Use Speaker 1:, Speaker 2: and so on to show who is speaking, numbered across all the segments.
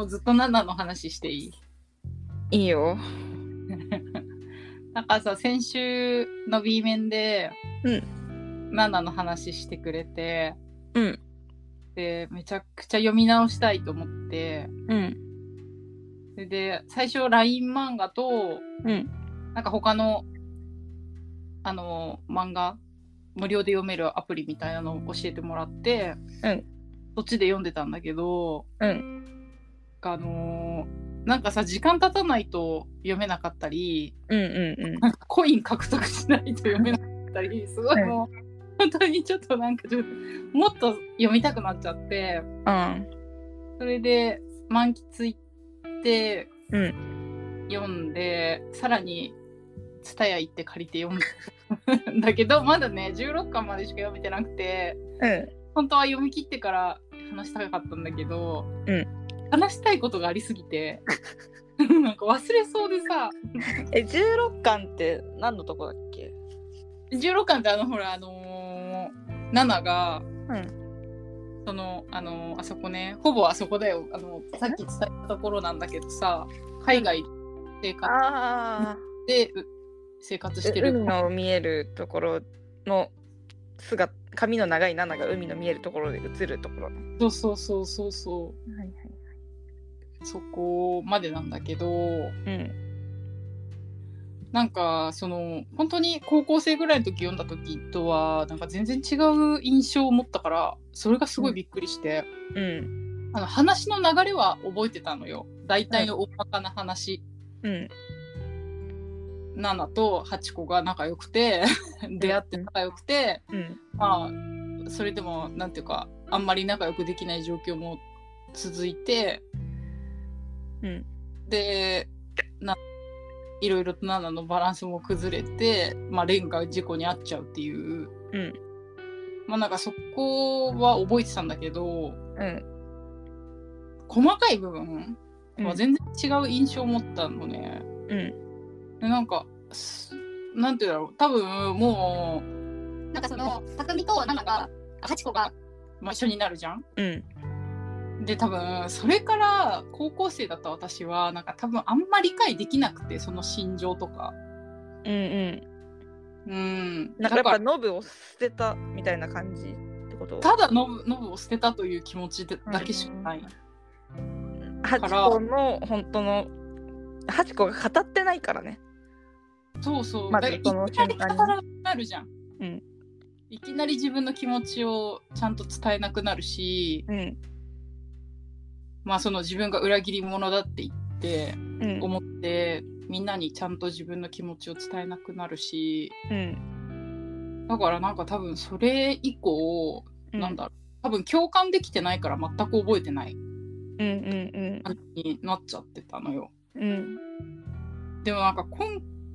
Speaker 1: うずっとナナの話していい
Speaker 2: いいよ。
Speaker 1: なんかさ先週の B 面で、ナナの話してくれて
Speaker 2: うん。
Speaker 1: でめちゃくちゃ読み直したいと思って
Speaker 2: うん。
Speaker 1: それで最初 LINE 漫画と
Speaker 2: うん。
Speaker 1: なんか他のあの漫画無料で読めるアプリみたいなのを教えてもらって、
Speaker 2: うん
Speaker 1: そっちで読んでたんだけど、
Speaker 2: うん
Speaker 1: あのーなんかさ時間経たないと読めなかったり
Speaker 2: うんうんうん。
Speaker 1: なんかコイン獲得しないと読めなかったりすごい
Speaker 2: うん
Speaker 1: もう、本当にちょっとなんかちょっともっと読みたくなっちゃって
Speaker 2: あ
Speaker 1: それで満喫行って、
Speaker 2: う
Speaker 1: 読んでさらに蔦屋行って借りて読んだだけどまだね16巻までしか読めてなくて
Speaker 2: うん。
Speaker 1: 本当は読み切ってから話したかったんだけど、
Speaker 2: うん
Speaker 1: 話したいことがありすぎて なんか忘れそうでさ
Speaker 2: え、16巻って何のとこだっけ
Speaker 1: 16巻ってあのほらあのー、ナナが、
Speaker 2: ん
Speaker 1: そのあのーあそこねほぼあそこだよあのさっき伝えたところなんだけどさ海外生活
Speaker 2: ああ。
Speaker 1: でう生活して
Speaker 2: 海
Speaker 1: る
Speaker 2: の見えるところの姿、髪の長いナナが海の見えるところで映るところね。
Speaker 1: そうそうそうそうそ
Speaker 2: はいは
Speaker 1: うそこまでなんだけど
Speaker 2: い。うん。
Speaker 1: なんかその本当に高校生ぐらいの時読んだ時とはなんか全然違う印象を持ったからそれがすごいびっくりして、
Speaker 2: うん。
Speaker 1: あの話の流れは覚えてたのよ大体の大まかな話。
Speaker 2: うん。
Speaker 1: 7と8子が仲良くて出会って仲良くて、
Speaker 2: うん。
Speaker 1: まあそれでもなんていうかあんまり仲良くできない状況も続いて
Speaker 2: うん。
Speaker 1: でないろいろと7のバランスも崩れて、まあ、レンが事故に遭っちゃうっていう、
Speaker 2: うん
Speaker 1: まあなんかそこは覚えてたんだけど
Speaker 2: うん。
Speaker 1: 細かい部分
Speaker 2: う
Speaker 1: は
Speaker 2: ん
Speaker 1: 全然違う印象を持ったのね。
Speaker 2: うん。
Speaker 1: でなんかすなんていうんだろう多分もう
Speaker 3: なんかその、匠とナナが、あハチコが、
Speaker 1: まあ、一緒になるじゃん
Speaker 2: うん。
Speaker 1: で多分それから高校生だった私はなんか多分あんまり理解できなくてその心情とか
Speaker 2: うん。うん。
Speaker 1: うん
Speaker 2: なんかやっぱ
Speaker 1: だ
Speaker 2: ノブを捨てたみたいな感じってこと
Speaker 1: らただノブノブを捨てたという気持ちでだけしかない、
Speaker 2: ハ
Speaker 1: か
Speaker 2: チ
Speaker 1: ら
Speaker 2: コの本当のハチコが語ってないからね。
Speaker 1: そうそう、
Speaker 2: まず
Speaker 1: だから
Speaker 2: その
Speaker 1: いきなり
Speaker 2: 瞬間に
Speaker 1: 語らなくなるじゃん、
Speaker 2: うん
Speaker 1: いきなり自分の気持ちをちゃんと伝えなくなるし
Speaker 2: うん。
Speaker 1: まあその自分が裏切り者だって言って
Speaker 2: うん。
Speaker 1: 思ってみんなにちゃんと自分の気持ちを伝えなくなるし
Speaker 2: うん。
Speaker 1: だからなんか多分それ以降、
Speaker 2: う
Speaker 1: なんだろう多分共感できてないから全く覚えてない
Speaker 2: うんうん
Speaker 1: 感じになっちゃってたのよ
Speaker 2: うん。うん。
Speaker 1: でもなんか今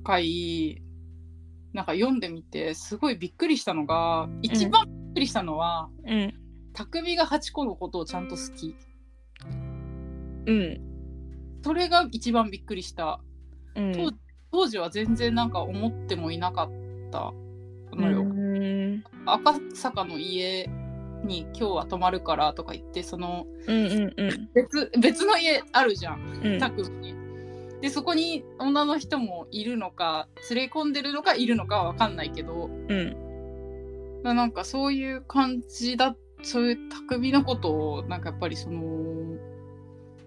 Speaker 1: 回なんか読んでみてすごいびっくりしたのが一番びっくりしたのは、
Speaker 2: うん。
Speaker 1: 匠が8個のことをちゃんと好き
Speaker 2: うん。
Speaker 1: それが一番びっくりした
Speaker 2: うん。
Speaker 1: 当当時は全然なんか思ってもいなかったのよ、
Speaker 2: うん。
Speaker 1: 赤坂の家に今日は泊まるからとか言ってその
Speaker 2: うんうんうん。
Speaker 1: 別別の家あるじゃん
Speaker 2: うん。
Speaker 1: 宅に。でそこに女の人もいるのか連れ込んでるのかいるのかは分かんないけど
Speaker 2: うん。
Speaker 1: ななんかそういう感じだそういう匠のことをなんかやっぱりその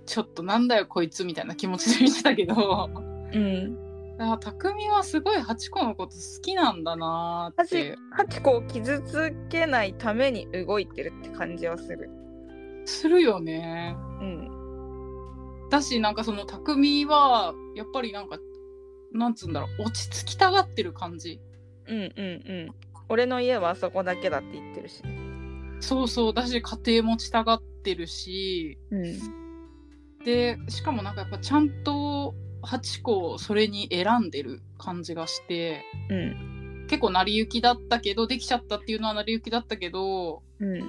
Speaker 1: ちょっとなんだよこいつみたいな気持ちで見てたけど
Speaker 2: うん。
Speaker 1: あ匠はすごいハチ子のこと好きなんだなー
Speaker 2: ハ
Speaker 1: って
Speaker 2: チハチコを傷つけないために動いてるって感じはする。
Speaker 1: するよね。
Speaker 2: うん。
Speaker 1: だしなんかその匠はやっぱりなんかなんつうんだろう落ち着きたがってる感じ
Speaker 2: うんうんうん。俺の家はあそこだけだって言ってるし。
Speaker 1: そうそうだし家庭持ちたがってるし
Speaker 2: うん。
Speaker 1: でしかもなんかやっぱちゃんと八個をそれに選んでる感じがして
Speaker 2: うん。
Speaker 1: 結構成り行きだったけどできちゃったっていうのは成り行きだったけど
Speaker 2: うん。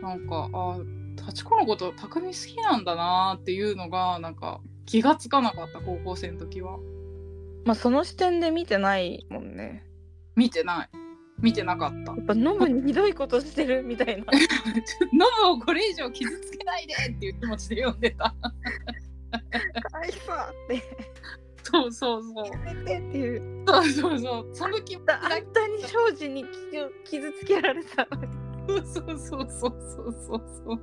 Speaker 1: なんかあ八個のこと匠好きなんだなっていうのがなんか気がつかなかった高校生の時は
Speaker 2: まあその視点で見てないもんね。
Speaker 1: 見てない見てなかった
Speaker 2: やっぱ飲むにひどいことしてるみたいな
Speaker 1: ノブをこれ以上傷つけないでっていう気持ちで読んでた
Speaker 2: かわいそうって
Speaker 1: そうそうそう
Speaker 2: やめてっていう
Speaker 1: そうそうそうその気持ち
Speaker 2: あん
Speaker 1: だけ
Speaker 2: たに庄司に傷傷つけられた
Speaker 1: そうそうそうそうそうそうそう。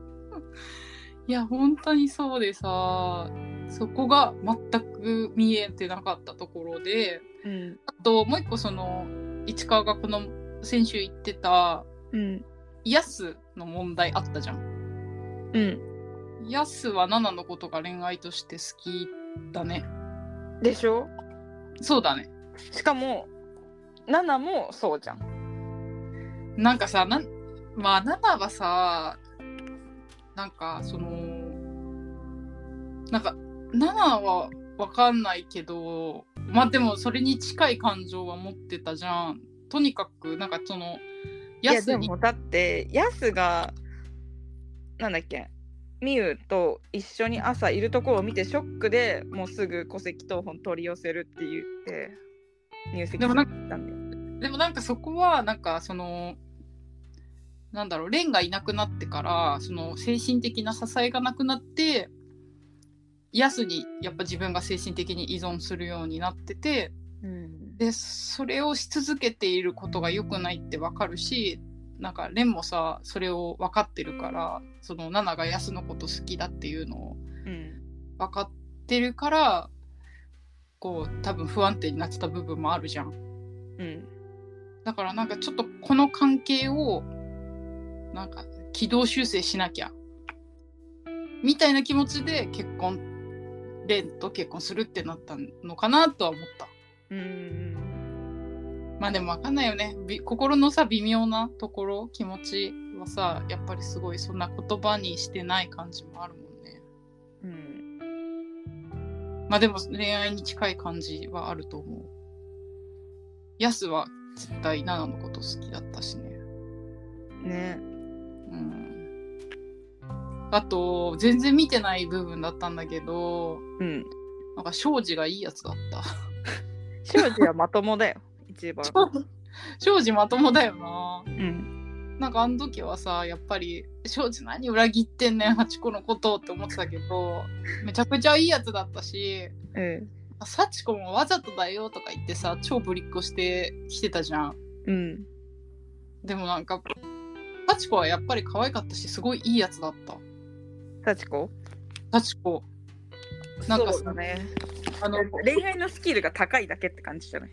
Speaker 1: いや本当にそうでさそこが全く見えてなかったところで
Speaker 2: うん
Speaker 1: あともう一個その市川がこの先週言ってた
Speaker 2: うん
Speaker 1: ヤスの問題あったじゃん。
Speaker 2: うん
Speaker 1: ヤスはナナのことが恋愛として好きだね。
Speaker 2: でしょ
Speaker 1: そうだね。
Speaker 2: しかもナナもそうじゃん
Speaker 1: なんかさなんまあナナはさなんかそのなんかナナはわかんないけどまあでもそれに近い感情は持ってたじゃんとにかくなんかその
Speaker 2: いや
Speaker 1: ヤス
Speaker 2: で
Speaker 1: に
Speaker 2: もだってヤスがなんだっけミユと一緒に朝いるところを見てショックでもうすぐ戸籍謄本取り寄せるって言って入籍
Speaker 1: でもなん
Speaker 2: するって言ったんだ
Speaker 1: で
Speaker 2: よ
Speaker 1: もなんかそこはなんかそのなんだろう蓮がいなくなってからその精神的な支えがなくなってヤスにやっぱ自分が精神的に依存するようになってて、
Speaker 2: うん
Speaker 1: でそれをし続けていることが良くないってわかるしなんか蓮もさそれを分かってるからそのナナがヤスのこと好きだっていうのを
Speaker 2: うん
Speaker 1: 分かってるからこう多分不安定になってた部分もあるじゃん
Speaker 2: うん
Speaker 1: だからなんかちょっとこの関係をなんか軌道修正しなきゃみたいな気持ちで結婚蓮と結婚するってなったのかなとは思った。
Speaker 2: うん
Speaker 1: まあでも分かんないよねび心のさ微妙なところ気持ちはさやっぱりすごいそんな言葉にしてない感じもあるもんね
Speaker 2: うん
Speaker 1: まあでも恋愛に近い感じはあると思うヤスは絶対ナナのこと好きだったしね
Speaker 2: ね
Speaker 1: うんあと全然見てない部分だったんだけど
Speaker 2: うん
Speaker 1: なんか庄司がいいやつだった
Speaker 2: 庄司はまともだよ一番
Speaker 1: 庄司まともだよな
Speaker 2: うん
Speaker 1: なんかあの時はさやっぱり「庄司何裏切ってんねんハチ子のこと」って思ってたけどめちゃくちゃいいやつだったし
Speaker 2: うん
Speaker 1: 「幸子もわざとだよ」とか言ってさ超ぶりっこしてきてたじゃん。
Speaker 2: うん
Speaker 1: でもなんか幸子はやっぱり可愛かったしすごいいいやつだった。
Speaker 2: 幸子
Speaker 1: 幸子なんか
Speaker 2: そうだね
Speaker 1: あ の
Speaker 2: 恋愛のスキルが高いだけって感じじゃない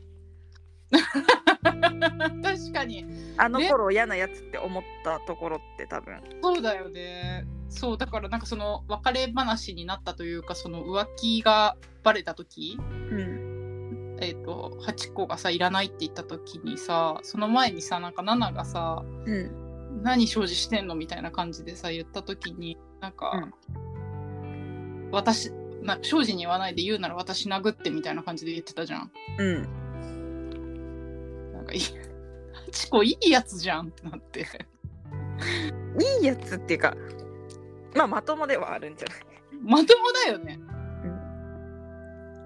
Speaker 1: 確かに
Speaker 2: あの頃嫌なやつって思ったところって多分
Speaker 1: そうだよね。そうだからなんかその別れ話になったというかその浮気がバレた時
Speaker 2: うん
Speaker 1: えっと8個がさいらないって言った時にさその前にさなんかナナがさ
Speaker 2: うん
Speaker 1: 「何生じしてんの?」みたいな感じでさ言った時になんか、私なんか庄司に言わないで言うなら私殴ってみたいな感じで言ってたじゃん。
Speaker 2: うん、
Speaker 1: なんかいい8個いいやつじゃんってなって
Speaker 2: いいやつっていうかまあまともではあるんじゃない
Speaker 1: まともだよね。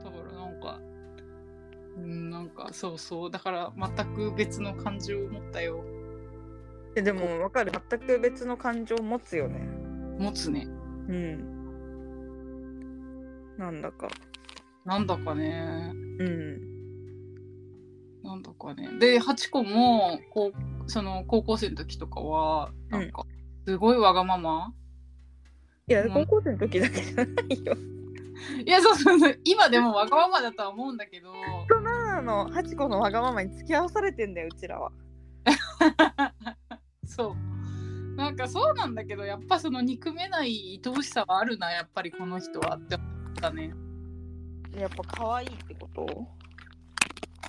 Speaker 1: だからなんかうんなんかそうそうだから全く別の感情を持ったよ
Speaker 2: えでも分かる全く別の感情を持つよね
Speaker 1: 持つね。
Speaker 2: うんなんだか
Speaker 1: なんだかね
Speaker 2: うん
Speaker 1: なんだかね。で、ハチ子も、こう、その高校生の時とかは、なんか、すごいわがまま。
Speaker 2: いや
Speaker 1: うん
Speaker 2: 高校生の時だけじゃない よ
Speaker 1: いや、そうそうそう、今でもわがままだとは思うんだけど。
Speaker 2: あのハチ子のわがままに付き合わされてんだようちらは
Speaker 1: そう。なんかそうなんだけど、やっぱその憎めない愛おしさはあるな、やっぱりこの人はって思ったね。
Speaker 2: やっぱ可愛いってこと
Speaker 1: う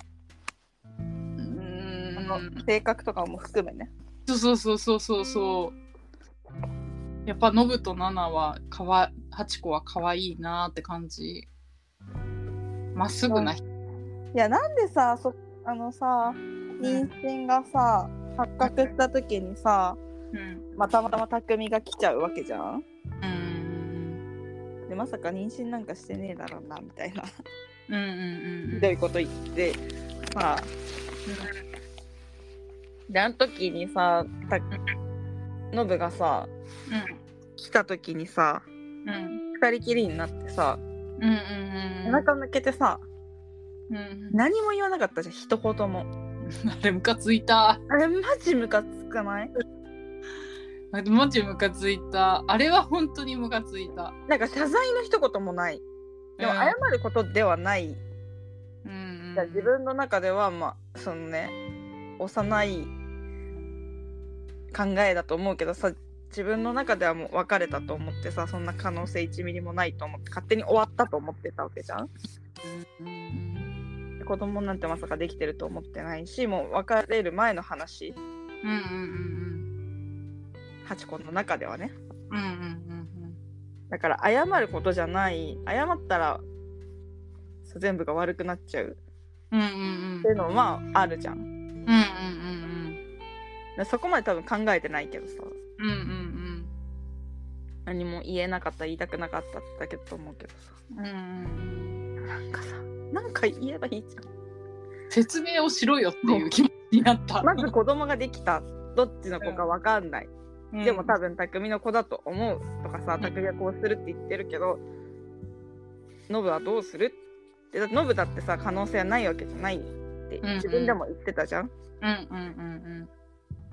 Speaker 2: あ
Speaker 1: ー
Speaker 2: の
Speaker 1: ん。
Speaker 2: 性格とかも含めね
Speaker 1: そうそうそうそうそうそう。やっぱノブとナナはかわ、ハチ子は可愛いなって感じ。まっすぐな人。
Speaker 2: いやなんでさそあのさ妊娠がさ発覚した時にさ
Speaker 1: うん。
Speaker 2: またまたま匠が来ちゃうわけじゃん
Speaker 1: うん
Speaker 2: でまさか妊娠なんかしてねえだろうなみたいな
Speaker 1: うんうんうんう
Speaker 2: ひ
Speaker 1: ん
Speaker 2: どいこと言ってさあであの時にさたノブがさ来た時にさ
Speaker 1: うんうん
Speaker 2: 二人きりになってさ
Speaker 1: うんうん
Speaker 2: お
Speaker 1: うん
Speaker 2: 腹抜けてさ
Speaker 1: うん
Speaker 2: 何も言わなかったじゃん一言も
Speaker 1: あれムカついた
Speaker 2: あれマジムカつかない
Speaker 1: あマジムカついたあれは本当にムカついた
Speaker 2: なんか謝罪の一言もないでも
Speaker 1: うん
Speaker 2: 謝ることではない、
Speaker 1: うん
Speaker 2: じゃあ自分の中ではまあそのね幼い考えだと思うけどさ自分の中ではもう別れたと思ってさそんな可能性1ミリもないと思って勝手に終わったと思ってたわけじゃん
Speaker 1: うん
Speaker 2: 子供なんてまさかできてると思ってないしもう別れる前の話
Speaker 1: うんうん
Speaker 2: 8個の中ではね
Speaker 1: うんうんうんうん
Speaker 2: だから謝ることじゃない謝ったらそう全部が悪くなっちゃう
Speaker 1: うんうんうん
Speaker 2: っていうのはあるじゃ
Speaker 1: う
Speaker 2: ん
Speaker 1: んうん
Speaker 2: でそこまで多分考えてないけどさ
Speaker 1: うんうんうん
Speaker 2: 何も言えなかった言いたくなかっただけだと思うけどさ
Speaker 1: うんうんうん
Speaker 2: なんかさなんか言えばいいじゃ
Speaker 1: 説明をしろよっていう気持ちになった
Speaker 2: んまず子供ができたどっちの子か分かんない、
Speaker 1: うん
Speaker 2: でも多分匠の子だと思うとかさ
Speaker 1: ん
Speaker 2: 匠はこうするって言ってるけどノブはどうするってだってノブだってさ可能性はないわけじゃないって
Speaker 1: んうん
Speaker 2: 自分でも言ってたじゃん、
Speaker 1: うんうん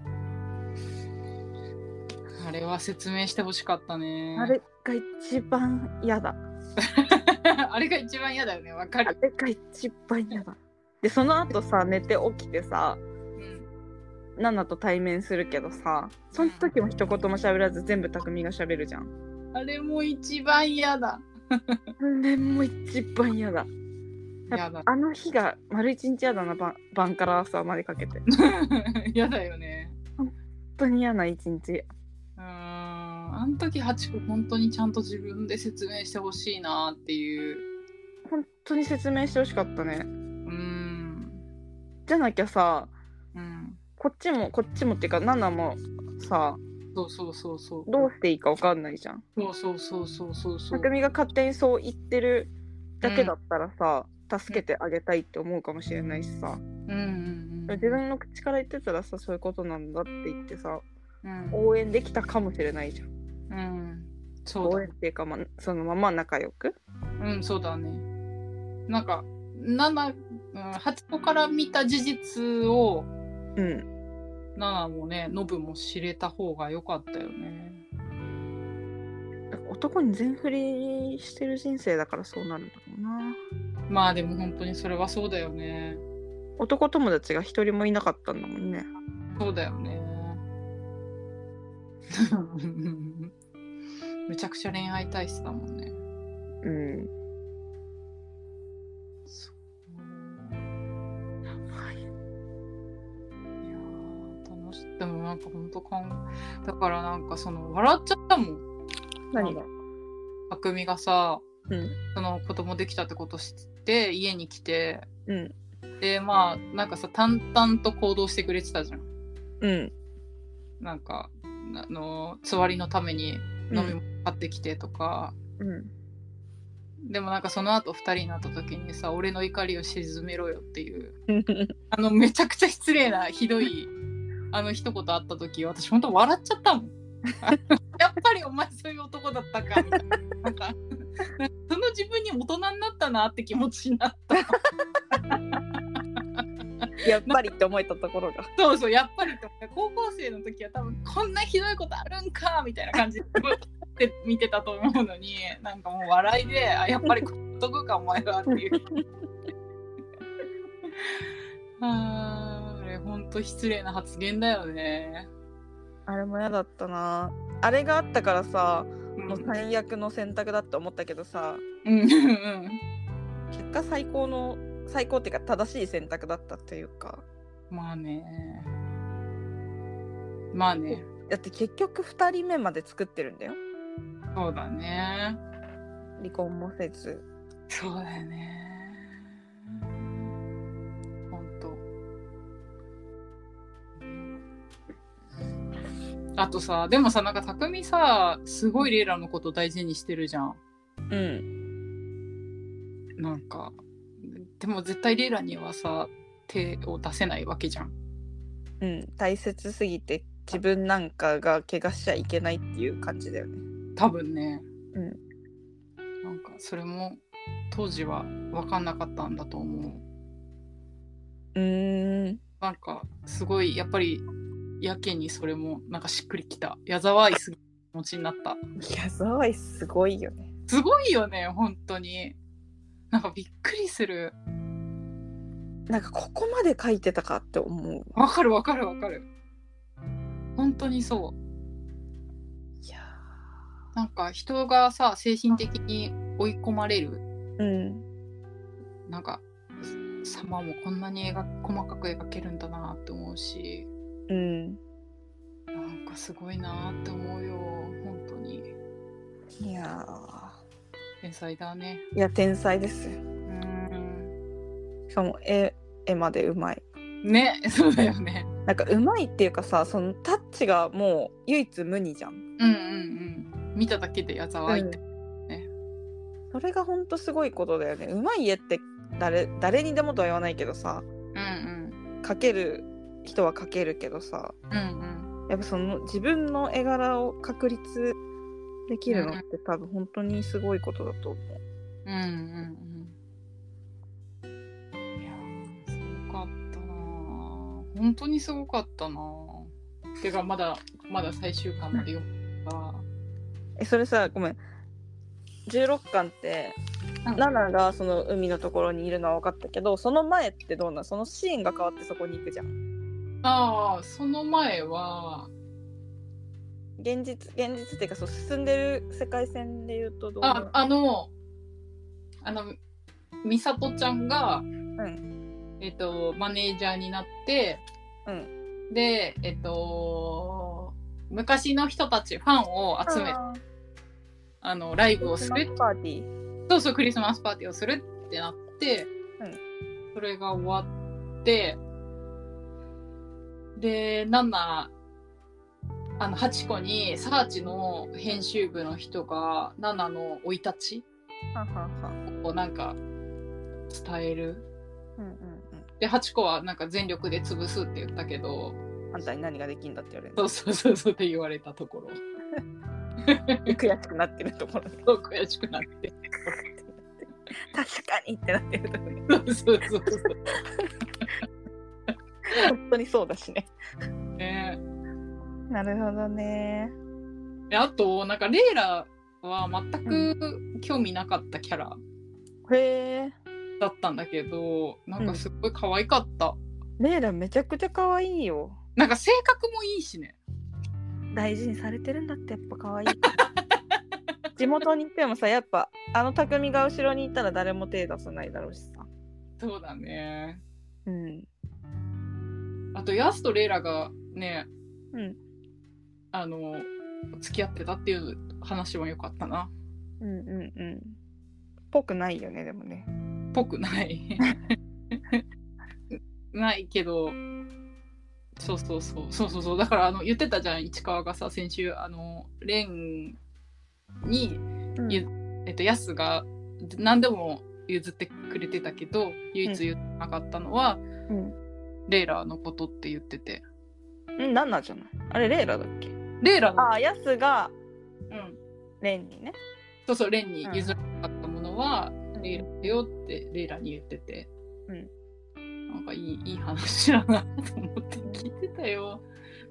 Speaker 1: うんうんあれは説明してほしかったね
Speaker 2: あれが一番嫌だ
Speaker 1: あれが一番嫌だよねわ
Speaker 2: あ
Speaker 1: かる、
Speaker 2: れが一番嫌だでその後さ寝て起きてさ
Speaker 1: うん
Speaker 2: ナナと対面するけどさその時も一言も喋らず全部匠が喋るじゃん
Speaker 1: あれも一番嫌 だ
Speaker 2: 何年も一番嫌だ
Speaker 1: 嫌だ
Speaker 2: あの日が丸一日嫌だな晩晩から朝までかけて本
Speaker 1: 嫌だよね
Speaker 2: 当に嫌な一日
Speaker 1: うーんあの時ハチ子本当にちゃんと自分で説明してほしいなっていう
Speaker 2: 本当に説明してほしかったね
Speaker 1: うーん
Speaker 2: じゃなきゃさ
Speaker 1: うん
Speaker 2: こっちもこっちもっていうかナナもさ
Speaker 1: そうそうそうそう
Speaker 2: どうしていいか分かんないじゃん
Speaker 1: そうそうそうそうそうそう
Speaker 2: 匠が勝手にそう言ってるだけだったらさ、助けてあげたいって思うかもしれないしさ、
Speaker 1: うんうんうん
Speaker 2: 自分の口から言ってたらさそういうことなんだって言ってさ
Speaker 1: うん
Speaker 2: 応援できたかもしれないじゃ
Speaker 1: う
Speaker 2: ん
Speaker 1: んそう
Speaker 2: 応
Speaker 1: だ
Speaker 2: 援っていうか、まあ、そのまま仲良く
Speaker 1: うん、そうだね。なんか、七、うん、八個から見た事実を、
Speaker 2: うん
Speaker 1: 七もね、ノブも知れた方が良かったよね。
Speaker 2: 男に全振りしてる人生だからそうなるんだろうな
Speaker 1: まあでも本当にそれはそうだよね。
Speaker 2: 男友達が一人もいなかったんだもんね
Speaker 1: そうだよね。 むちゃくちゃ恋愛体質だもんね。
Speaker 2: うん
Speaker 1: いやー楽しでもなんか本当かんだからなんかその笑っちゃったもん
Speaker 2: 何が
Speaker 1: 匠がさ
Speaker 2: うん
Speaker 1: その子供できたってこと知って家に来て
Speaker 2: うん
Speaker 1: でまあなんかさ淡々と行動してくれてたじゃん
Speaker 2: うん
Speaker 1: なんかあのつわりのために飲み物買ってきてとか、
Speaker 2: うん
Speaker 1: でもなんかその後二人になった時にさ俺の怒りを鎮めろよっていう
Speaker 2: うん
Speaker 1: あのめちゃくちゃ失礼なひどいあの一言あった時私本当笑っちゃったもん やっぱりお前そういう男だったかみ たいななんかなんかその自分に大人になったなって気持ちになった
Speaker 2: やっぱりって思えたところが
Speaker 1: そうそうやっぱりと思って高校生の時は多分こんなひどいことあるんかみたいな感じです ごいって見てたと思うのになんかもう笑いであやっぱりこうとくかお前はっていう。 あーあれほんと失礼な発言だよね。
Speaker 2: あれも嫌だったなあれがあったからさ
Speaker 1: うん
Speaker 2: もう最悪の選択だって思ったけどさ
Speaker 1: うんうん
Speaker 2: 結果最高の最高っていうか正しい選択だったっていうか
Speaker 1: まあね。まあね。
Speaker 2: だって結局2人目まで作ってるんだよ
Speaker 1: そうだね。
Speaker 2: 離婚もせず
Speaker 1: そうだよね。ほんと。あとさ、でもさ、なんか匠さ、すごいレイラのこと大事にしてるじゃん。
Speaker 2: うん
Speaker 1: なんか、でも絶対レイラにはさ、手を出せないわけじゃん。
Speaker 2: うん、大切すぎて自分なんかが怪我しちゃいけないっていう感じだよね。
Speaker 1: 多分ね、
Speaker 2: う
Speaker 1: なんかそれも当時は分かんなかったんだと思う
Speaker 2: うーん
Speaker 1: なんかすごいやっぱりやけにそれもなんかしっくりきた矢沢いすぎる気持ちになった
Speaker 2: 矢沢いすごいよね。
Speaker 1: すごいよね本当になんかびっくりする
Speaker 2: なんかここまで書いてたかって思う。
Speaker 1: わかるわかるわかる本当にそう
Speaker 2: いや
Speaker 1: なんか人がさ精神的に追い込まれる
Speaker 2: ーうん
Speaker 1: なんか様もこんなに描く細かく描けるんだなって思うし
Speaker 2: うん。
Speaker 1: なんかすごいなって思うよ本当に
Speaker 2: いや
Speaker 1: 天才だね
Speaker 2: ーいや天才ですよ。
Speaker 1: うん
Speaker 2: しかも絵絵までうまい。
Speaker 1: ねそうだよね
Speaker 2: なんかうまいっていうかさそのタッチがもう唯一無二じゃん。
Speaker 1: うんうんうん見ただけで矢沢愛って、
Speaker 2: それがほんとすごいことだよね。うまい絵って誰誰にでもとは言わないけどさ
Speaker 1: うん、うん
Speaker 2: 描ける人は描けるけどさ。
Speaker 1: うんうん
Speaker 2: やっぱその自分の絵柄を確立できるのって多分本当にすごいことだと思う。
Speaker 1: うんうんうんいやーすごかったなー本当にすごかったなーてかまだまだ最終巻まで読んだ
Speaker 2: えそれさごめん16巻ってナナがその海のところにいるのは分かったけどその前ってどうなんそのシーンが変わってそこに行くじゃん。
Speaker 1: ああその前は
Speaker 2: 現実現実っていうかそう進んでる世界線で言うとどうな
Speaker 1: あ
Speaker 2: の
Speaker 1: あのあの美里ちゃんが、えっとマネージャーになって、でえっと昔の人たちファンを集めあ
Speaker 2: あー
Speaker 1: のライブをする
Speaker 2: パーティー。
Speaker 1: そうそうクリスマスパーティーをするってなって、
Speaker 2: うん
Speaker 1: それが終わってでナナあのハチコにサーチの編集部の人がナナの生い立ち
Speaker 2: はんはんはん
Speaker 1: をなんか伝える
Speaker 2: うんうんうん。
Speaker 1: でハチコはなんか全力で潰すって言ったけど
Speaker 2: あんたに何ができんだって言われる
Speaker 1: そ。うそうそうそうって言われたところ
Speaker 2: 悔しくなってるところ。
Speaker 1: そう悔しくなって
Speaker 2: 確かにってなってるところ。
Speaker 1: そうそうそうそう
Speaker 2: 本当にそうだしね。
Speaker 1: ね
Speaker 2: なるほどね。
Speaker 1: であとなんかレイラは全く興味なかったキャラ
Speaker 2: へえ。
Speaker 1: だったんだけどなんかすっごい可愛かった、
Speaker 2: レイラめちゃくちゃ可愛いよ。
Speaker 1: なんか性格もいいしね
Speaker 2: 大事にされてるんだってやっぱ可 愛い。地元に行ってもさやっぱあの匠が後ろにいたら誰も手出さないだろうしさ。
Speaker 1: そうだね
Speaker 2: うん。
Speaker 1: あとヤスとレイラがね
Speaker 2: うん。
Speaker 1: あの付き合ってたっていう話も良かったな
Speaker 2: うんうんうん。ぽくないよねでもね。
Speaker 1: ぽくない ないけどそうそうそうそうそうそうだからあの言ってたじゃん市川がさ先週あのレンに、
Speaker 2: うん
Speaker 1: ゆえっと、ヤスが何でも譲ってくれてたけど唯一譲らなかったのは、
Speaker 2: うん。
Speaker 1: レイラのことって言ってて
Speaker 2: うん。なんなんじゃない。あれレイラだっけ。
Speaker 1: レイラの、
Speaker 2: ああヤスが
Speaker 1: うん、
Speaker 2: レンにね。
Speaker 1: そうそうレンに譲らなかったものは、レイラだよってレイラに言ってて、
Speaker 2: うん
Speaker 1: なんかいいいい話だなと思って聞いてたよ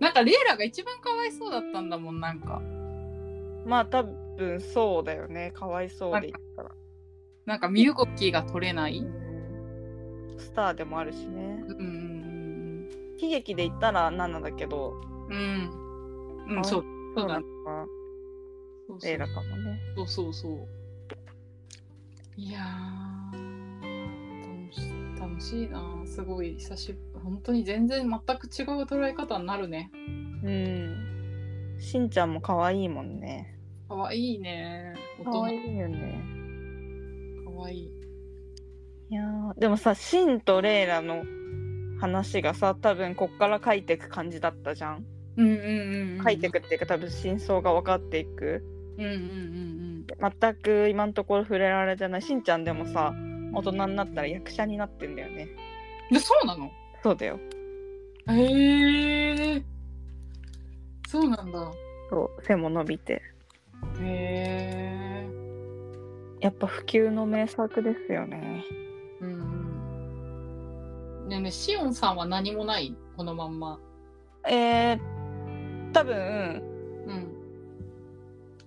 Speaker 1: なんかレイラが一番かわいそうだったんだもんなんか
Speaker 2: まあ多分そうだよね。かわいそうで言ったら。
Speaker 1: なんか身動きが取れない、
Speaker 2: うんスターでもあるしね。
Speaker 1: うん
Speaker 2: 喜劇で言ったら7だけど、
Speaker 1: うんうんうん、うん、そうそうだね
Speaker 2: のか
Speaker 1: そうそう
Speaker 2: 映画かもね。
Speaker 1: そうそうそう。いやー楽し楽しいなーすごい久しぶり本当に全然全く違う捉え方になるね
Speaker 2: うん。しんちゃんも可愛いもんね。
Speaker 1: かわいいね大
Speaker 2: 可愛
Speaker 1: 人
Speaker 2: いよね。
Speaker 1: かわいい
Speaker 2: いやーでもさ、しんとレイラの話がさ、多分こっから書いてく感じだったじゃん。
Speaker 1: うんうんうん
Speaker 2: 書いてくっていうか、多分真相が分かっていく。
Speaker 1: うんうんうん
Speaker 2: 全く今のところ触れられてない。しんちゃんでもさ、大人になったら役者になってんだよね。
Speaker 1: うんでそうなの
Speaker 2: そうだよ。
Speaker 1: へえそうなんだ
Speaker 2: そう背も伸びて
Speaker 1: へえ
Speaker 2: やっぱ普及の名作ですよね
Speaker 1: うんねえねえしおんさんは何もないこのまんま
Speaker 2: えー、多分
Speaker 1: うん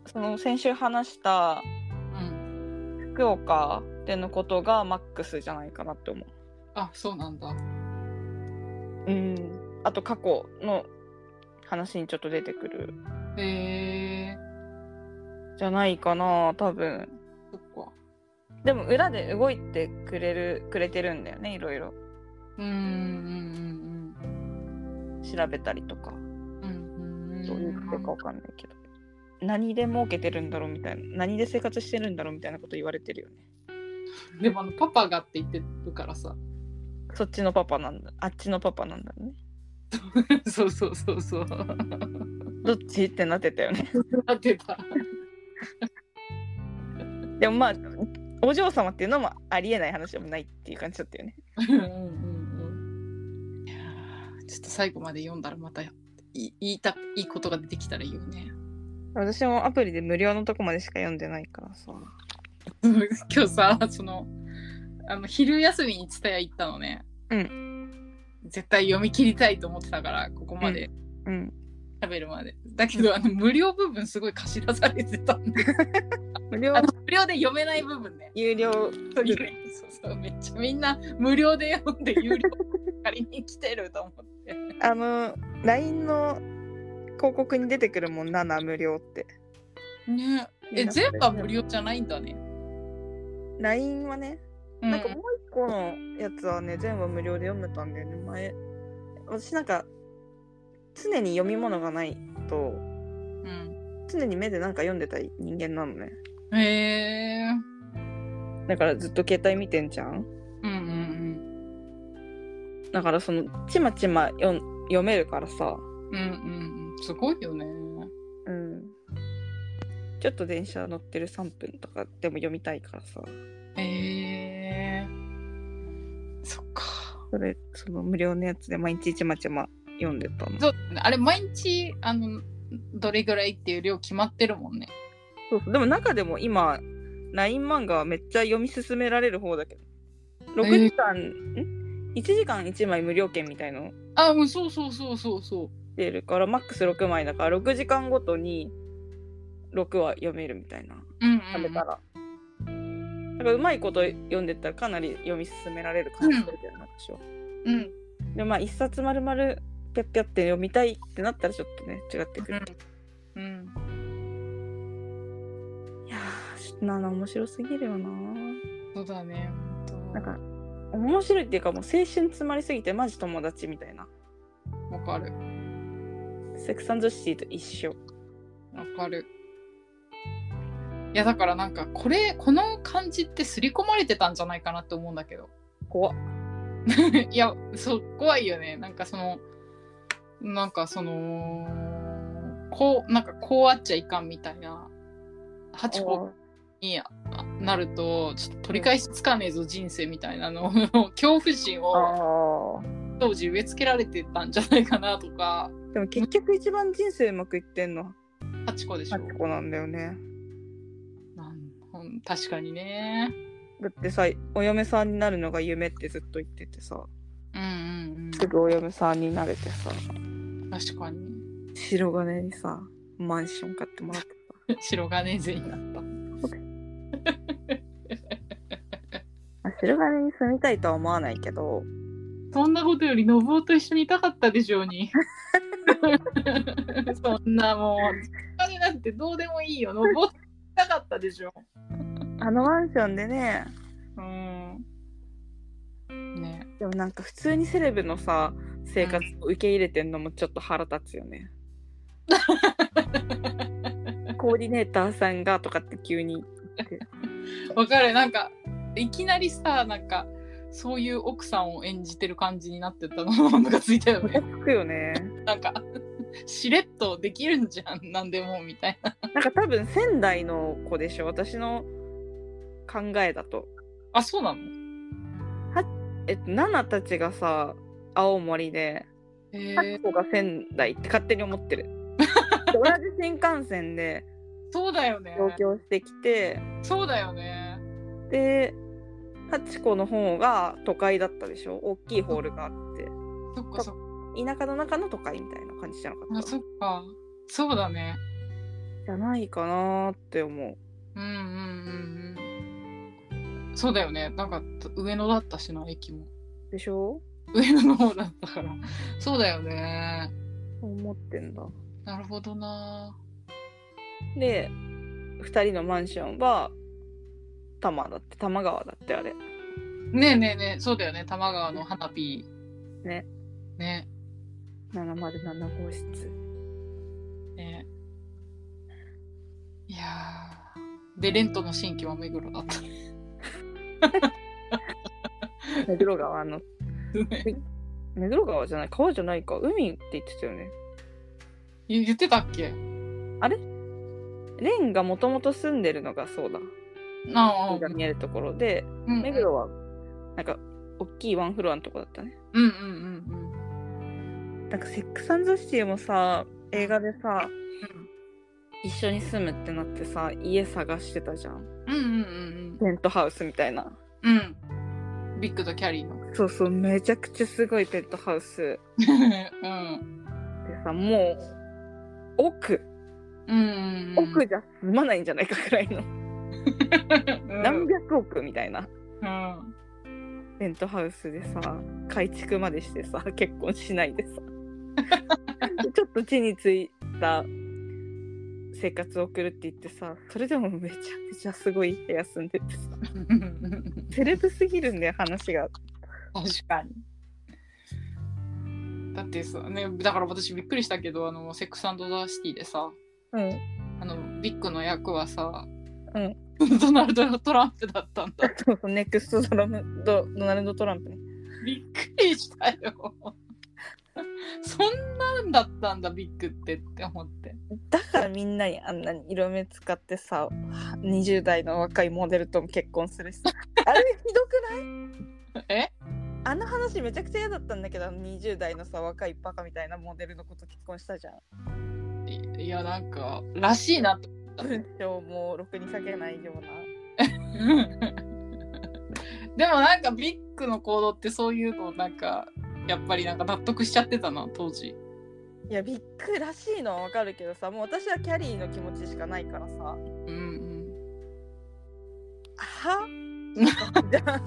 Speaker 2: その先週話した
Speaker 1: うん
Speaker 2: 福岡でのことがマックスじゃないかなって思う
Speaker 1: あそうなんだ
Speaker 2: うんあと過去の話にちょっと出てくる
Speaker 1: へえ
Speaker 2: じゃないかな多分
Speaker 1: そっか
Speaker 2: でも裏で動いてくれるくれてるんだよねいろいろ
Speaker 1: うんうん
Speaker 2: 調べたりとか
Speaker 1: うんうんうん
Speaker 2: どういうことかわかんないけど何で儲けてるんだろうみたいな何で生活してるんだろうみたいなこと言われてるよね
Speaker 1: でもあのパパがって言ってるからさ
Speaker 2: そっちのパパなんだあっちのパパなんだね
Speaker 1: そうそうそうそう
Speaker 2: どっちってなってたよね
Speaker 1: なってた
Speaker 2: でもまあお嬢様っていうのもありえない話でもないっていう感じだったよね
Speaker 1: うんうんうんいやーちょっと最後まで読んだらまたい言いたいいことが出てきたらいいよね。
Speaker 2: 私もアプリで無料のとこまでしか読んでないからさ
Speaker 1: 今日さそのあの昼休みに蔦屋行ったのね。。
Speaker 2: うん
Speaker 1: 絶対読み切りたいと思ってたからここまで
Speaker 2: うん
Speaker 1: 喋るまで。だけどあの無料部分すごい貸し出されてたんで
Speaker 2: 無料
Speaker 1: あの無料で読めない部分ね。
Speaker 2: 有料
Speaker 1: そうそうめっちゃみんな無料で読んで有料借りに来てると思って。
Speaker 2: あの LINE の広告に出てくるもん7無料って
Speaker 1: ねえ全部は無料じゃないんだね。
Speaker 2: LINE はねなんか
Speaker 1: う
Speaker 2: もう一個のやつはね、全部無料で読めたんだよね、前。私なんか、常に読み物がないと、
Speaker 1: うん
Speaker 2: 常に目でなんか読んでたい人間なのね。
Speaker 1: へえ。
Speaker 2: だからずっと携帯見てんじゃん
Speaker 1: うんうん
Speaker 2: だからその、ちまちま読ん読めるからさ、
Speaker 1: うん。うんうん。すごいよね。
Speaker 2: うん。ちょっと電車乗ってる3分とかでも読みたいからさ、
Speaker 1: へえ。そっか。
Speaker 2: それ、その無料のやつで毎日ちまちま読んでたの。
Speaker 1: そうだねあれ毎日あのどれぐらいっていう量決まってるもんね。
Speaker 2: そうそうでも中でも今 LINE 漫画はめっちゃ読み進められる方だけど6時間、ん1時間1枚無料券みたいの
Speaker 1: あうんそうそうそうそうそ
Speaker 2: 出るからマックス6枚だから6時間ごとに6は読めるみたいな
Speaker 1: う。うんうん、
Speaker 2: 食べたら、だからうまいこと読んでったらかなり読み進められる感じするけどな、私は
Speaker 1: うん。うん
Speaker 2: でまあ1冊丸々ぴゃっぴゃって読みたいってなったらちょっとね違ってくる、
Speaker 1: うん。
Speaker 2: いやーちょっとな面白すぎるよな
Speaker 1: そうだね。ほ
Speaker 2: なん
Speaker 1: ん
Speaker 2: か面白いっていうかもう青春詰まりすぎてマジ友達みたいな
Speaker 1: とわかる。
Speaker 2: セクサンドシティと一緒
Speaker 1: わかる。いやだからなんかこれこの感じって刷り込まれてたんじゃないかなって思うんだけど
Speaker 2: 怖っ
Speaker 1: いやそう怖いよねなんかそのなんかそのこうなんかこうあっちゃいかんみたいな八個にあなるとちょっと取り返しつかねえぞ人生みたいなの 恐怖心を
Speaker 2: あ
Speaker 1: 当時植え付けられてたんじゃないかなとか
Speaker 2: ーでも結局一番人生うまくいってんの
Speaker 1: 八個でしょ
Speaker 2: ハチコなんだよね
Speaker 1: なんほん確かにね
Speaker 2: だってさお嫁さんになるのが夢ってずっと言っててさ
Speaker 1: うんうん
Speaker 2: すぐお嫁さんになれてさ
Speaker 1: うん確かに
Speaker 2: 白金にさマンション買ってもらってさ
Speaker 1: 白金税になった。
Speaker 2: あ白金に住みたいとは思わないけど
Speaker 1: そんなことより、信夫と一緒にいたかったでしょうに。 そんなもう、お金なんてどうでもいいよ。信夫といたかったでしょ。
Speaker 2: あのマンションでね
Speaker 1: うん。ね
Speaker 2: でもなんか普通にセレブのさ生活を受け入れてんのもちょっと腹立つよ ね。コーディネーターさんがとかって急に
Speaker 1: わかる。なんか、いきなりさ、なんか、そういう奥さんを演じてる感じになってたのムカついたよね。
Speaker 2: 聞くよね。
Speaker 1: なんか、しれっとできるんじゃん、なんでも、みたいな。
Speaker 2: なんか多分仙台の子でしょ私の考えだと。
Speaker 1: あ、そうなの
Speaker 2: えっと、ナナたちがさ青森で
Speaker 1: へ
Speaker 2: タキ
Speaker 1: え
Speaker 2: コが仙台って勝手に思って るで同じ新幹線で
Speaker 1: そうだよね。
Speaker 2: 上京してきて
Speaker 1: そうだよね。
Speaker 2: でハチコの方が都会だったでしょ大きいホールがあって
Speaker 1: そっかそっか。
Speaker 2: 田舎の中の都会みたいな感じじゃなか
Speaker 1: あ
Speaker 2: った
Speaker 1: そっか。そうだね。
Speaker 2: じゃないかなーって思う
Speaker 1: うんうんうんうん。そうだよね。なんか上野だったしな、駅も。
Speaker 2: でしょ
Speaker 1: 上野の方だったから。そうだよね。
Speaker 2: そう思ってんだ
Speaker 1: なるほどな。
Speaker 2: で2人のマンションは多摩だって多摩川だってあれ
Speaker 1: ねえねえねえ、そうだよね。多摩川の花火。
Speaker 2: ね。
Speaker 1: ね。
Speaker 2: 707号室
Speaker 1: ね。いやー。で、レントの新規は目黒だった ね。
Speaker 2: 目黒川の目黒川じゃない川じゃないか海って言ってたよね
Speaker 1: 言言ってたっけ
Speaker 2: レンがもともと住んでるのがそうだ
Speaker 1: ああ
Speaker 2: 海が見えるところで
Speaker 1: うん
Speaker 2: 目黒はなんか大きいワンフロアのとこだったね
Speaker 1: うんうんうん
Speaker 2: なんかセックスアンドシティもさ映画でさ一緒に住むってなってさ家探してたじゃん
Speaker 1: うん。うんうんうん
Speaker 2: ペントハウスみたいな
Speaker 1: うん。うん。ビッグとキャリーの。
Speaker 2: そうそうめちゃくちゃすごいペントハウス
Speaker 1: うん。
Speaker 2: でさもう奥
Speaker 1: うん。
Speaker 2: 奥じゃ住まないんじゃないかくらいの
Speaker 1: うん
Speaker 2: 何百億みたいな
Speaker 1: うん。
Speaker 2: ペントハウスでさ改築までしてさ結婚しないでさちょっと地についた生活を送るって言ってさそれでもめちゃくちゃすごい部屋住んでてさセレブすぎるんだよ話が
Speaker 1: 確かに。だってさ、ね、だから私びっくりしたけど、あの、セックスザ・シティでさ、
Speaker 2: うん
Speaker 1: あの、ビッグの役はさ、
Speaker 2: うん
Speaker 1: ドナルド・トランプだったんだ。
Speaker 2: そうそうネクストドラムドドナルド・トランプね
Speaker 1: びっくりしたよ。そんなんだったんだ、ビッグってって思って。
Speaker 2: だからみんなにあんなに色目使ってさ20代の若いモデルとも結婚するしさあれひどくない
Speaker 1: え
Speaker 2: あの話めちゃくちゃ嫌だったんだけどあの20代のさ若いバカみたいなモデルの子と結婚したじゃん
Speaker 1: いいやなんからしいなと思った
Speaker 2: 文章もろくに書けないような
Speaker 1: でもなんかビッグの行動ってそういうのなんかやっぱりなんか納得しちゃってたな当時
Speaker 2: いやびっくりらしいのはわかるけどさもう私はキャリーの気持ちしかないからさ
Speaker 1: うん
Speaker 2: は じゃあ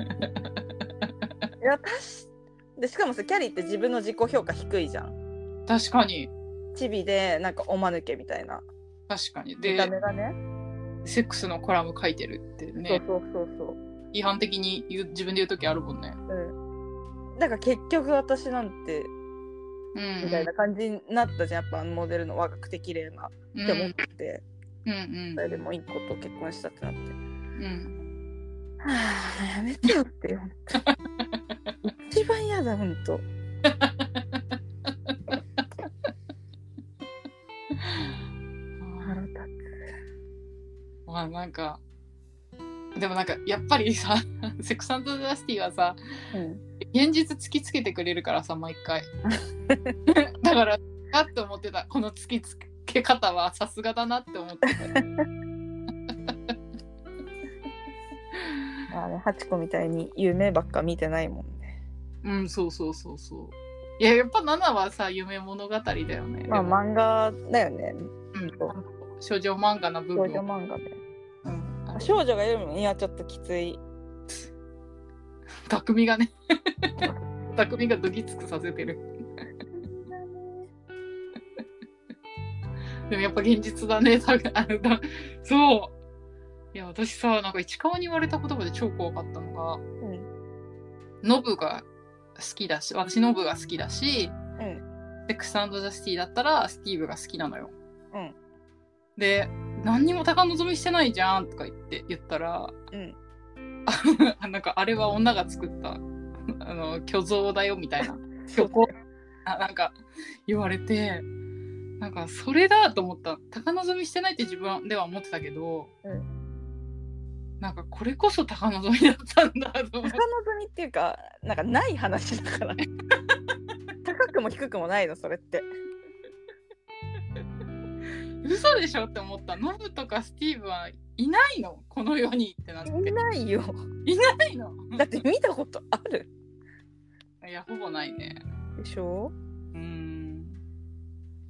Speaker 2: いや私でしかもさキャリーって自分の自己評価低いじゃん
Speaker 1: うん確かに
Speaker 2: チビでなんかおまぬけみたいな
Speaker 1: 確かに
Speaker 2: 見た目
Speaker 1: で
Speaker 2: がね
Speaker 1: セックスのコラム書いてるってね
Speaker 2: そうそうそうそう
Speaker 1: 批判的に言う自分で言う時あるもんね
Speaker 2: うんだから結局私なんて
Speaker 1: うんうん
Speaker 2: みたいな感じになったじゃんやっぱあのモデルの若くて綺麗なっ
Speaker 1: うん
Speaker 2: て思って、
Speaker 1: うん
Speaker 2: それでもいい子と結婚したってなって
Speaker 1: うんうん
Speaker 2: はあやめてよって本当一番嫌だ本当腹立
Speaker 1: まあなんかでもなんかやっぱりさ 「セックスダスティ」はさ
Speaker 2: つ、うん、
Speaker 1: 現実突きつけてくれるからさ毎 回だからあって思ってたこの突きつけ方はさすがだなって思ってた
Speaker 2: まあねハチコみたいに夢ばっか見てないもんね
Speaker 1: うんそうそうそうそういややっぱナナはさ夢物語だよね
Speaker 2: まあ漫画だよね
Speaker 1: うん、少女漫画な部
Speaker 2: 少
Speaker 1: 分
Speaker 2: 女
Speaker 1: を、
Speaker 2: 漫画で
Speaker 1: うん、あの
Speaker 2: 少女が読むにはちょっときつい
Speaker 1: 匠がね 匠がドギつくさせてるでもやっぱ現実だね さあのだそういや私さなんか市川に言われた言葉で超怖かったのが
Speaker 2: うん
Speaker 1: ノブが好きだし私ノブが好きだし、
Speaker 2: うん
Speaker 1: セックスザ・シティだったらスティーブが好きなのよ。
Speaker 2: うん
Speaker 1: で何にも高望みしてないじゃんとか言って言ったら
Speaker 2: うん
Speaker 1: あなんかあれは女が作ったあの虚像だよみたいな虚構あなんか言われてなんかそれだと思った高望みしてないって自分では思ってたけど、
Speaker 2: う
Speaker 1: なんかこれこそ高望みだったんだと思って
Speaker 2: 高 望みっていうかなんかない話だから高高くも低くもないのそれって
Speaker 1: 嘘でしょって思ったノブとかスティーブはいないのこの世にってなって
Speaker 2: いないよ
Speaker 1: いないの
Speaker 2: だって見たことある
Speaker 1: いやほぼないね
Speaker 2: でしょ
Speaker 1: うん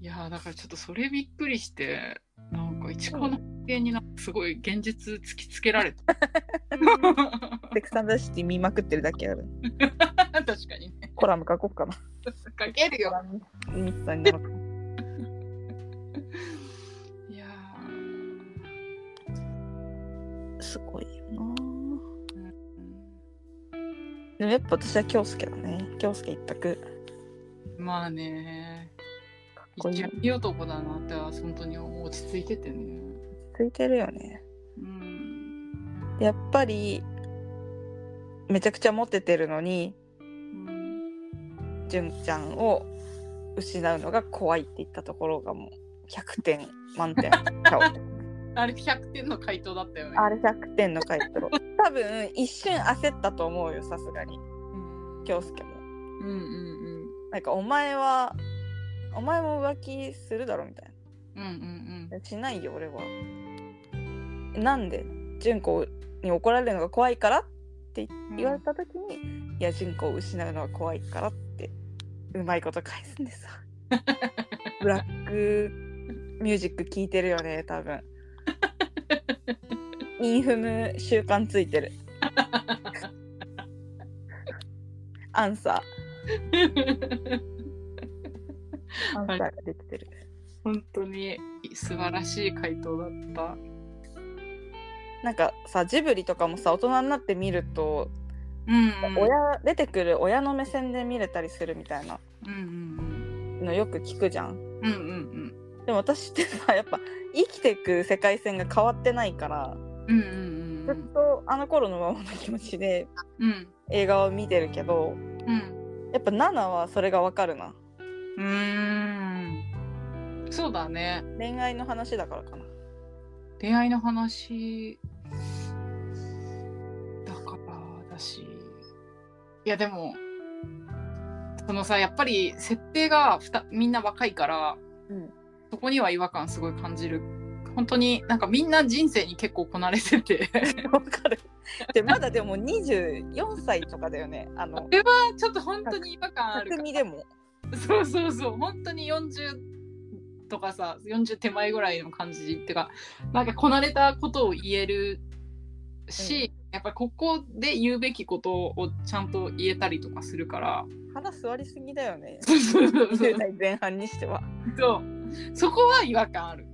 Speaker 1: いやだからちょっとそれびっくりしてなんか市川の発言になんかすごい現実突きつけられた確
Speaker 2: セクサンダーシティ見まくってるだけある
Speaker 1: かにね
Speaker 2: コラム書こうかな
Speaker 1: かけるよ
Speaker 2: ミツさんになろうか
Speaker 1: いやー
Speaker 2: すごいよなでもやっぱ私は京介だね京介一択
Speaker 1: まあね
Speaker 2: こいい
Speaker 1: 一応いい男だなって本当に落ち着いててね
Speaker 2: ついてるよね
Speaker 1: うん
Speaker 2: やっぱりめちゃくちゃモテてるのに
Speaker 1: うん
Speaker 2: 純ちゃんを失うのが怖いって言ったところがもう100点満 点顔
Speaker 1: あれ100点の回答だったよね
Speaker 2: あれ100点の回答多分一瞬焦ったと思うよさすがに
Speaker 1: うん
Speaker 2: 京介も
Speaker 1: うんうん
Speaker 2: なんかお前はお前も浮気するだろみたい
Speaker 1: うんうんうん
Speaker 2: なしないよ俺はなんで純子に怒られるのが怖いから
Speaker 1: うん
Speaker 2: 言われた時に、いや純子を失うのは怖いからってうまいこと返すんでさ ブラックミュージック聴いてるよね多分インフム習慣ついてるアンサーアンサーができてる
Speaker 1: 本当に素晴らしい回答だった
Speaker 2: なんかさジブリとかもさ大人になって見ると、
Speaker 1: うん
Speaker 2: 親出てくる親の目線で見れたりするみたいな
Speaker 1: うんうん
Speaker 2: のよく聞くじゃん
Speaker 1: うんうんうん
Speaker 2: でも私ってさやっぱ生きていく世界線が変わってないから、
Speaker 1: うんうんうんう
Speaker 2: ずっ
Speaker 1: ん
Speaker 2: とあの頃のままの気持ちで
Speaker 1: うん
Speaker 2: 映画を見てるけど
Speaker 1: うん
Speaker 2: やっぱナナはそれがわかるな
Speaker 1: うーんそうだね
Speaker 2: 恋愛の話だからかな
Speaker 1: 恋愛の話だからだしいやでもそのさやっぱり設定がふたみんな若いから
Speaker 2: うん
Speaker 1: そこには違和感すごい感じる本当になんかみんな人生に結構こなれてて
Speaker 2: わかるでまだでも24歳とかだよねあの
Speaker 1: ちょっと本当に違和感あるから
Speaker 2: 匠でも
Speaker 1: そうそうそう本当に40とかさ40手前ぐらいの感じっていうかなんかこなれたことを言えるし、やっぱここで言うべきことをちゃんと言えたりとかするから
Speaker 2: 腹座りすぎだよね
Speaker 1: そうそうそうそう
Speaker 2: 20代前半にしては
Speaker 1: そうそこは違和感ある